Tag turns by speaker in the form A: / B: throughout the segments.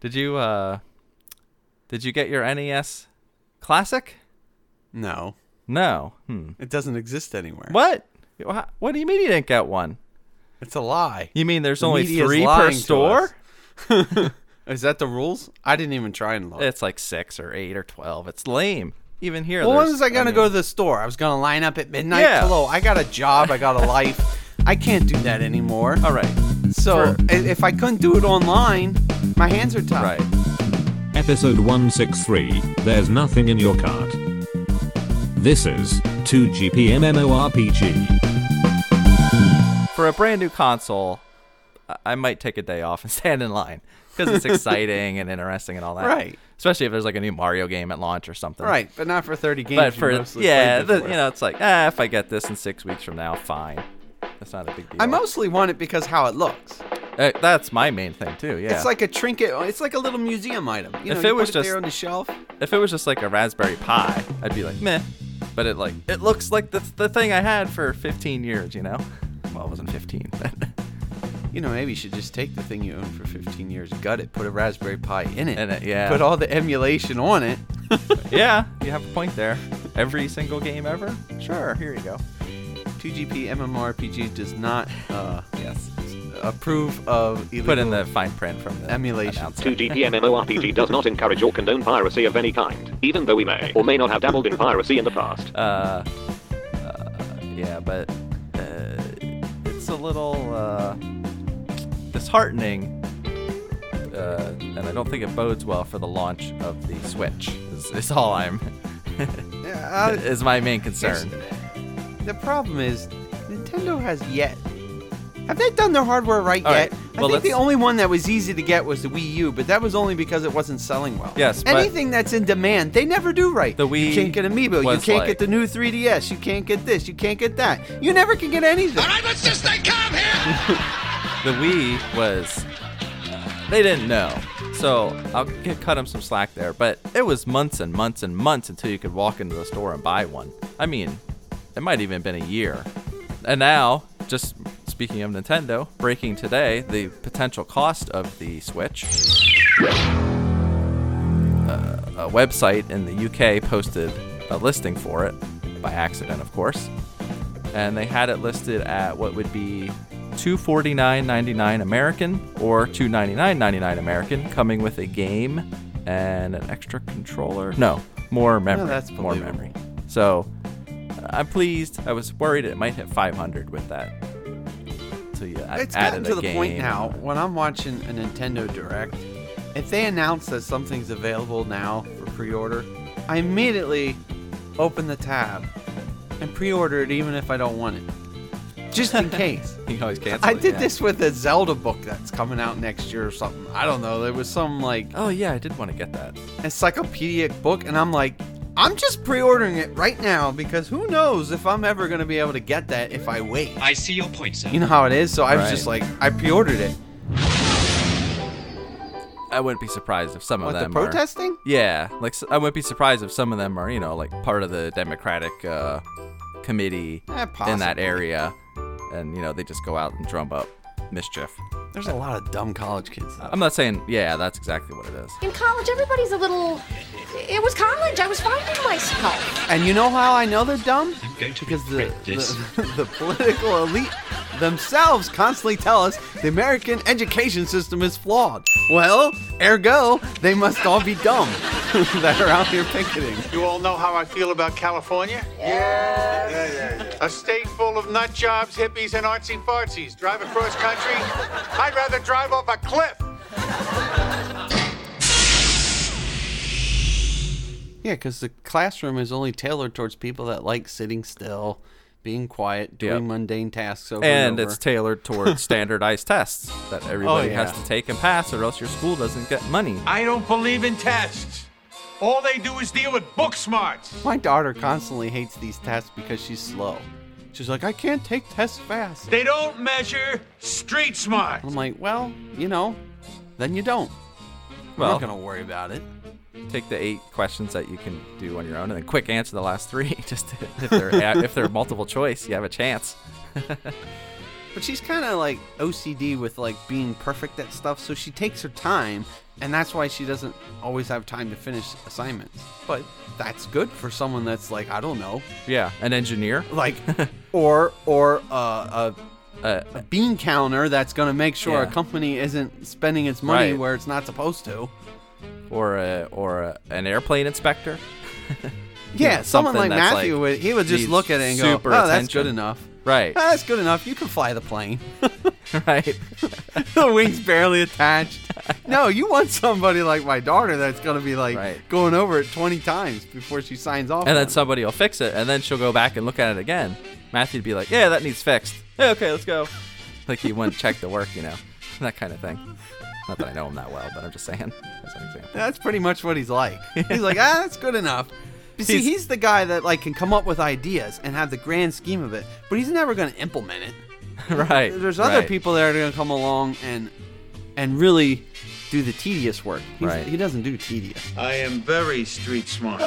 A: Did you uh did you get your NES Classic?
B: No,
A: No. Hmm.
B: it doesn't exist anywhere.
A: What? Wha- What do you mean you didn't get one?
B: It's a lie.
A: You mean there's
B: The
A: only
B: media's
A: three per
B: lying to us.
A: store?
B: Is that the rules? I didn't even try and look.
A: It's like six or eight or twelve. It's lame. Even here.
B: well, when
A: there's-
B: was I gonna
A: mean-
B: go to the store? I was gonna line up at midnight.
A: Yeah.
B: Hello, I got a job. I got a life. I can't do that anymore.
A: All right.
B: So
A: Uh, for-
B: i- if I couldn't do it online, my hands are tied.
A: Right.
C: Episode 163 There's Nothing in Your Cart. This is 2GPMMORPG.
A: For a brand new console, I- I might take a day off and stand in line because it's exciting and interesting and all that.
B: Right.
A: Especially if there's like a new Mario game at launch or something.
B: Right, but not for 30 games.
A: But
B: you
A: for
B: mostly
A: yeah,
B: played
A: the-
B: before.
A: you know, it's like ah, if I get this in six weeks from now, fine. That's not a big deal.
B: I mostly want it because how it looks.
A: Uh, that's my main thing too. Yeah.
B: It's like a trinket. It's like a little museum item. You know,
A: If
B: you
A: it was
B: put it there
A: just-
B: on the shelf.
A: if it was just like a Raspberry Pi, I'd be like meh. But it like it looks like the the thing I had for 15 years. You know. Well, it wasn't 15. But
B: You know, maybe you should just take the thing you own for 15 years, gut it, put a Raspberry Pi in it,
A: In it, yeah.
B: put all the emulation on it.
A: yeah, you have a point there. Every single game ever. Sure. Here you go.
B: 2GP MMORPG does not uh,
A: Yes.
B: approve of illegal.
A: Put in the fine print from the
B: Emulation.
A: announcer.
C: 2GPMMORPG does not encourage or condone piracy of any kind, even though we may or may not have dabbled in piracy in the past.
A: uh, uh, yeah, but uh, it's a little uh, disheartening, uh, and I don't think it bodes well for the launch of the Switch. Is, is all I'm
B: Yeah, I-
A: is my main concern.
B: the problem is, Nintendo has yet. Have they done their hardware right
A: All
B: yet?
A: right,
B: I
A: well,
B: think the
A: let's-
B: only one that was easy to get was the Wii U, but that was only because it wasn't selling well.
A: Yes, but-
B: Anything that's in demand, they never do right.
A: The
B: you
A: Wii
B: can't get Amiibo. You
A: was
B: can't
A: like-
B: get the new 3DS. You can't get this. You can't get that. You never can get anything.
A: The Wii was uh, they didn't know, so I'll c- cut them some slack there. But it was months and months and months until you could walk into the store and buy one. I mean, it might even been a year. And now, just speaking of Nintendo, breaking today, the potential cost of the Switch. Uh, a website in the UK posted a listing for it, by accident, of course. And they had it listed at what would be 249.99 American or 299.99 American, coming with a game and an extra controller. No, more memory.
B: Oh, that's
A: more
B: believable.
A: memory. So I'm pleased. I was worried it might hit 500 with that. So you add-
B: it's
A: added
B: gotten to
A: a
B: the
A: game.
B: point now when I'm watching a Nintendo Direct, if they announce that something's available now for pre-order, I immediately open the tab and pre-order it even if I don't want it, just in case.
A: You can always cancel.
B: I
A: it,
B: did
A: Oh, yeah.
B: this with a Zelda book that's coming out next year or something. I don't know. There was some like
A: Oh yeah, I did want to get that.
B: encyclopedic book, and I'm like, I'm just pre-ordering it right now because who knows if I'm ever going to be able to get that if I wait.
D: I see your point, sir.
B: You know how it is. So I was
A: Right.
B: just like, I pre-ordered it.
A: I wouldn't be surprised if some of
B: What the
A: them Are,
B: protesting?
A: yeah, like s- I wouldn't be surprised if some of them are you know like part of the Democratic uh, committee
B: Eh,
A: in that
B: possibly.
A: area, and you know they just go out and drum up mischief.
B: There's a lot of dumb college kids.
A: I'm not saying yeah, that's exactly what it is.
E: In college, everybody's a little. It was college. I was finding myself.
B: And you know how I know they're dumb?
D: going to
B: because the,
D: regret this.
B: the, the political elite themselves constantly tell us the American education system is flawed. Well, ergo, they must all be dumb that are out here picketing.
F: You all know how I feel about California? Yeah. A state full of nut jobs, hippies, and artsy fartsies. Drive across country? I'd rather drive off a cliff.
B: Yeah, because the classroom is only tailored towards people that like sitting still, being quiet,
A: Yep.
B: doing mundane tasks over
A: And
B: and, over.
A: it's tailored towards standardized tests that everybody has
B: Oh, yeah.
A: to take and pass, or else your school doesn't get money.
F: I don't believe in tests. All they do is deal with book smarts.
B: My daughter constantly hates these tests because she's slow. She's like, I can't take tests fast.
F: They don't measure street smarts.
B: I'm like, well, you know, then you don't.
A: Well,
B: I'm not gonna worry about it.
A: take the eight questions that you can do on your own and then quick answer the last three just to- if they're a- if they're multiple choice you have a chance
B: But she's kind of like OCD with like being perfect at stuff, so she takes her time and that's why she doesn't always have time to finish assignments. But that's good for someone that's like I don't know,
A: Yeah, an engineer.
B: like or or uh, a
A: Uh,
B: a bean counter that's going to make sure a
A: Yeah.
B: company isn't spending its money
A: Right.
B: where it's not supposed to.
A: or a, or a, an airplane inspector.
B: Yeah, someone like
A: something that's
B: Matthew
A: like
B: would he would just
A: needs
B: look at it and go, "Oh,
A: super
B: that's
A: attention."
B: good enough.
A: Right.
B: Ah, that's good enough. You can fly the plane.
A: right.
B: the wings barely attached. No, you want somebody like my daughter that's going to be like
A: Right.
B: going over it 20 times before she signs off.
A: And
B: on
A: then
B: it.
A: somebody will fix it, and then she'll go back and look at it again. Matthew'd be like, "Yeah, that needs fixed. Hey, okay, let's go." Like he wouldn't check the work, you know, that kind of thing. Not that I know him that well, but I'm just saying as an example.
B: That's pretty much what he's like. He's like, ah, that's good enough. But see,
A: He's-
B: he's the guy that like can come up with ideas and have the grand scheme of it, but he's never going to implement it.
A: right.
B: there's other
A: right.
B: people that are going to come along and and really do the tedious work. He's,
A: Right.
B: He doesn't do tedious.
F: I am very street smart.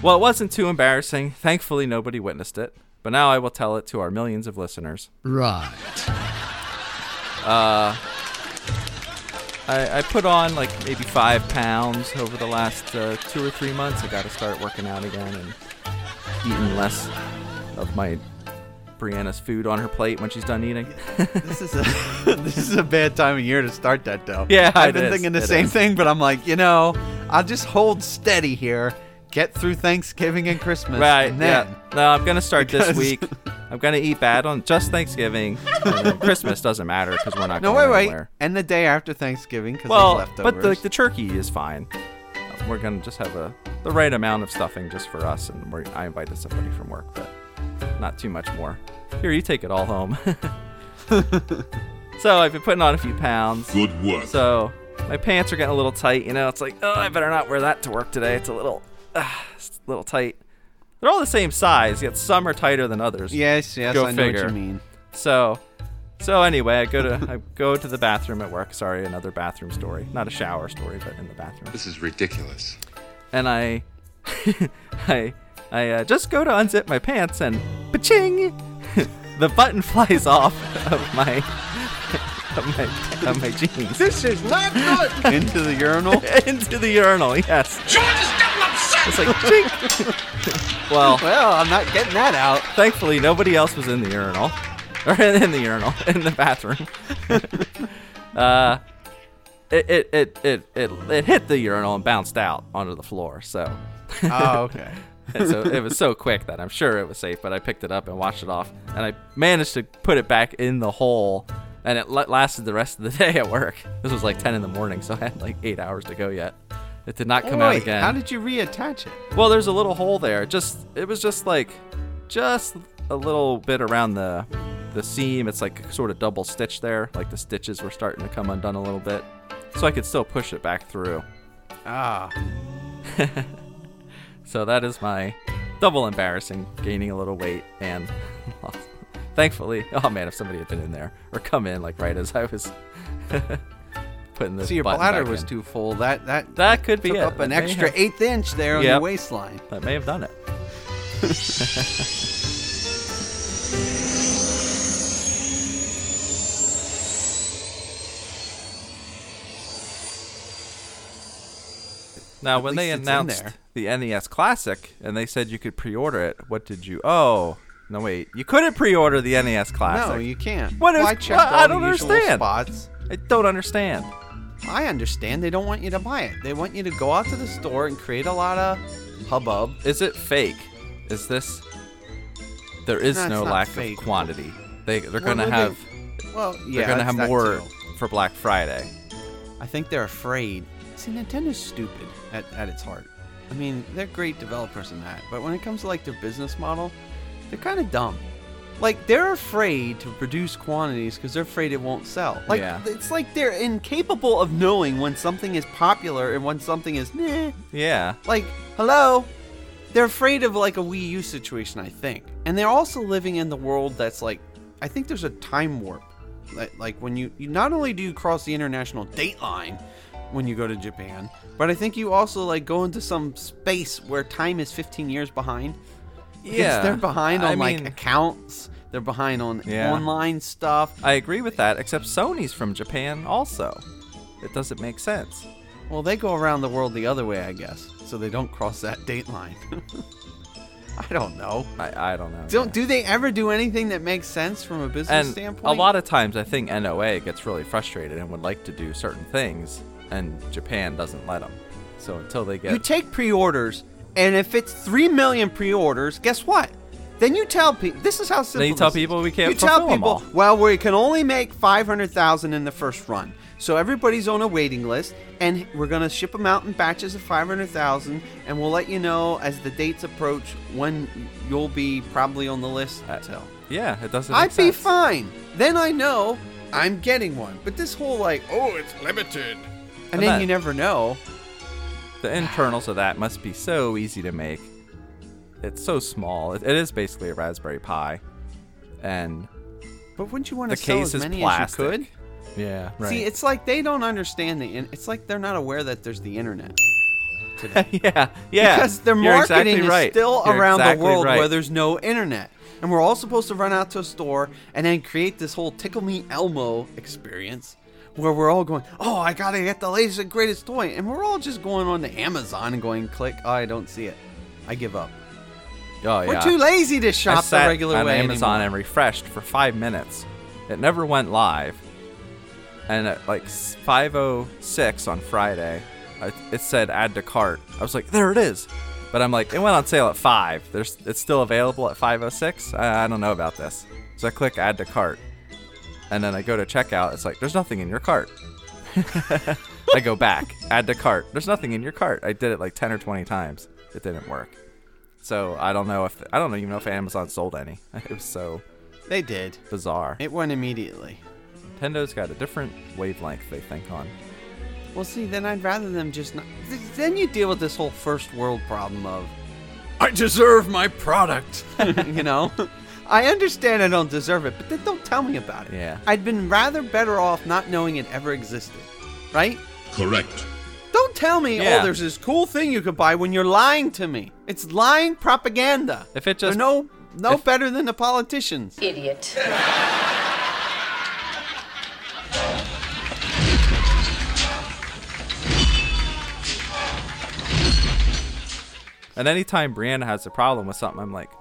A: Well, it wasn't too embarrassing. Thankfully, nobody witnessed it. But now I will tell it to our millions of listeners. Uh,
D: Right.
A: I, I put on like maybe five pounds over the last uh, two or three months. I got to start working out again and eating less of my Brianna's food on her plate when she's done eating.
B: This is a this is a bad time of year to start that though.
A: Yeah,
B: I've
A: it
B: been
A: is.
B: thinking the
A: It
B: same
A: is.
B: thing, but I'm like, you know, I'll just hold steady here, get through Thanksgiving and Christmas,
A: right?
B: and then
A: Yeah. No, I'm gonna start
B: Because-
A: this week. I'm gonna eat bad on just Thanksgiving. and then Christmas doesn't matter because we're not
B: no,
A: going
B: wait, wait,
A: anywhere.
B: and the day after Thanksgiving because
A: Well,
B: leftovers.
A: but the, like, the turkey is fine. We're gonna just have a the right amount of stuffing just for us, and we're, I invited somebody from work, but not too much more. Here, you take it all home. so I've been putting on a few pounds.
C: Good work.
A: So my pants are getting a little tight. You know, it's like, oh, I better not wear that to work today. It's a little, uh, it's a little tight. They're all the same size, yet some are tighter than others.
B: yes, yes,
A: Go
B: I know
A: figure.
B: what you mean.
A: So, so anyway, I go to I go to the bathroom at work. Sorry, another bathroom story, not a shower story, but in the bathroom.
G: This is ridiculous.
A: And I, I, I uh, just go to unzip my pants, and pa-ching, the button flies off of my of my of my jeans
F: This is not good.
B: Into the urinal,
A: into the urinal. Yes. George is getting upset. It's like chink. well,
B: well, I'm not getting that out.
A: Thankfully, nobody else was in the urinal, or in the urinal, in the bathroom. uh, it, it, it, it, it, it hit the urinal and bounced out onto the floor. So,
B: Oh, okay.
A: so it was so quick that I'm sure it was safe. But I picked it up and washed it off, and I managed to put it back in the hole. And it la- lasted the rest of the day at work. This was like 10 in the morning, so I had like eight hours to go yet. It did not come out
B: Oh, Wait,
A: again.
B: How did you reattach it?
A: Well, there's a little hole there. Just it was just like just a little bit around the the seam. It's like sort of double stitch there. Like the stitches were starting to come undone a little bit. So I could still push it back through.
B: Ah,
A: So that is my double embarrassing, gaining a little weight and thankfully, oh man, if somebody had been in there or come in like right as I was putting the
B: so your
A: button
B: bladder
A: back
B: was
A: in.
B: too full. That that
A: That could be
B: took
A: it.
B: up an
A: That may
B: extra
A: have-
B: eighth inch there on your
A: Yep.
B: waistline.
A: That may have done it. Now, when they
B: least it's in
A: announced the NES Classic and they said you could pre-order it, what did you? Oh, no, wait, you couldn't pre-order the NES Classic.
B: No, you can't.
A: What
B: well,
A: is-
B: I checked
A: what?
B: all
A: I don't
B: the usual
A: understand.
B: spots.
A: I don't understand.
B: I understand they don't want you to buy it. They want you to go out to the store and create a lot of hubbub.
A: Is it fake? Is this? There is
B: No, it's
A: no,
B: not
A: lack
B: fake.
A: of quantity. They they're
B: Well,
A: gonna
B: no, they-
A: have
B: Well,
A: they're
B: yeah,
A: gonna
B: that's
A: have
B: that
A: more
B: too.
A: for Black Friday.
B: I think they're afraid. See, Nintendo's stupid at, at its heart. I mean, they're great developers in that, but when it comes to like their business model, they're kind of dumb. Like they're afraid to produce quantities because they're afraid it won't sell. Like
A: Yeah.
B: it's like they're incapable of knowing when something is popular and when something is meh.
A: Yeah.
B: Like, hello? They're afraid of like a Wii U situation, I think. And they're also living in the world that's like, I think there's a time warp. Like, like when you, you not only do you cross the international date line when you go to Japan, but I think you also like go into some space where time is 15 years behind. Because
A: Yeah,
B: they're behind
A: I
B: on like
A: mean-
B: accounts. They're behind on
A: Yeah.
B: online stuff.
A: I agree with that, except Sony's from Japan also. It doesn't make sense.
B: Well, they go around the world the other way, I guess, so they don't cross that date line. I don't know.
A: I, I don't know.
B: Don't do they ever do anything that makes sense from a business
A: and
B: standpoint?
A: a lot of times I think NOA gets really frustrated and would like to do certain things, and Japan doesn't let them. So until they get
B: You take pre-orders, and if it's three million pre-orders, guess what? Then you tell people. This is how simple.
A: you tell
B: this is.
A: people we can't
B: You tell
A: fulfill 'em
B: people.
A: all.
B: Well, we can only make five hundred thousand in the first run, so everybody's on a waiting list, and we're gonna ship them out in batches of five hundred thousand, and we'll let you know as the dates approach when you'll be probably on the list.
A: Uh,
B: Until
A: yeah, it doesn't.
B: I'd
A: make
B: be
A: sense.
B: fine. Then I know I'm getting one. But this whole like, oh, it's limited, and,
A: And
B: then
A: that-
B: you never know.
A: The internals of that must be so easy to make. It's so small. It, it is basically a Raspberry Pi, and
B: But wouldn't you want
A: the
B: to sell
A: case
B: as
A: is
B: many as you
A: plastic.
B: could?
A: Yeah, right.
B: See, it's like they don't understand the. In- it's like they're not aware that there's the internet.
A: yeah, yeah.
B: Because their
A: You're
B: marketing
A: exactly
B: is
A: right.
B: still
A: You're
B: around
A: exactly
B: the world
A: right.
B: where there's no internet, and we're all supposed to run out to a store and then create this whole tickle me Elmo experience, where we're all going, "Oh, I gotta get the latest and greatest toy," and we're all just going on to Amazon and going, "Click, oh, I don't see it, I give up."
A: Oh, yeah.
B: We're too lazy to
A: I
B: shop the
A: sat
B: regular
A: on
B: way
A: Amazon
B: anymore.
A: and refreshed for five minutes. It never went live. And at like 5:06 on Friday, I- it said add to cart. I was like, there it is. But I'm like, it went on sale at five. There's, it's still available at 5:06. I, I don't know about this. So I click add to cart, and then I go to checkout. It's like, there's nothing in your cart. I go back, add to cart. There's nothing in your cart. I did it like 10 or 20 times. It didn't work. So I don't know if I don't even know if Amazon sold any. It was so
B: They did.
A: bizarre.
B: It went immediately.
A: Nintendo's got a different wavelength they think on.
B: Well, see, then I'd rather them just not. th- Then you deal with this whole first world problem of, I deserve my product. you know? I understand I don't deserve it, but then don't tell me about it.
A: Yeah.
B: I'd been rather better off not knowing it ever existed, right?
C: Correct.
B: Don't tell me,
A: Yeah.
B: oh, there's this cool thing you could buy when you're lying to me. It's lying propaganda.
A: If it just-
B: They're no, no
A: if-
B: better than the politicians.
E: Idiot.
A: And anytime Brianna has a problem with something, I'm like,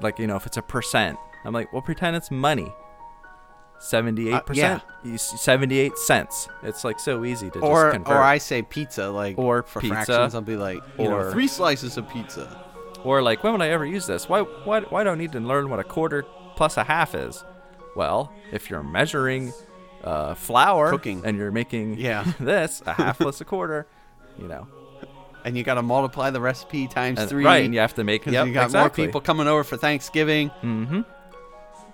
A: like you know, if it's a percent, I'm like, well, pretend it's money.
B: Uh,
A: Seventy-eight percent, seventy-eight cents. It's like so easy to just
B: Or,
A: convert.
B: or I say pizza, like
A: Or
B: for
A: pizza.
B: fractions, I'll be like, you know,
A: Or-
B: three slices of pizza.
A: Or like, when would I ever use this? Why, why, why do I need to learn what a quarter plus a half is? Well, if you're measuring uh, flour
B: Cooking.
A: and you're making
B: Yeah.
A: this a half plus a quarter, you know,
B: and you got to multiply the recipe times
A: And-
B: three.
A: right? And you have to make
B: 'cause
A: yep,
B: you got
A: exactly.
B: more people coming over for Thanksgiving.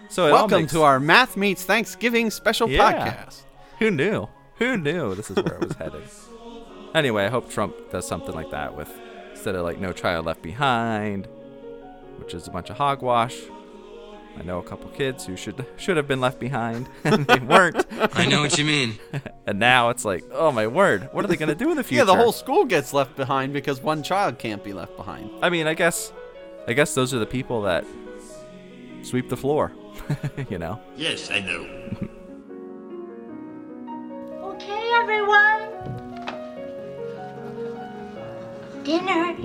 A: So it all
B: Welcome
A: makes-
B: to our Math Meets Thanksgiving special
A: Yeah.
B: podcast.
A: Who knew? Who knew this is where it was headed? Anyway, I hope Trump does something like that with instead of like No Child Left Behind, which is a bunch of hogwash. I know a couple kids who should should have been left behind and they weren't.
D: I know what you mean.
A: And now it's like, oh my word, what are they gonna do in the future?
B: Yeah, the whole school gets left behind because one child can't be left behind.
A: I mean, I guess, I guess those are the people that sweep the floor. you know.
G: Yes, I know.
H: Okay, everyone. Dinner.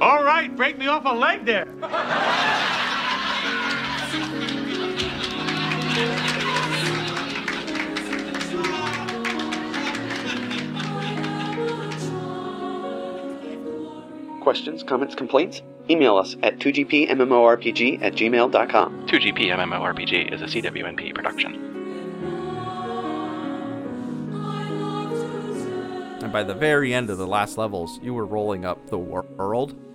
F: All right, break me off a leg there.
I: Questions, comments, complaints? Email us at 2gpmmorpg at gmail.com.
J: 2GP MMORPG is a CWNP production.
A: And by the very end of the last levels, you were rolling up the wor- world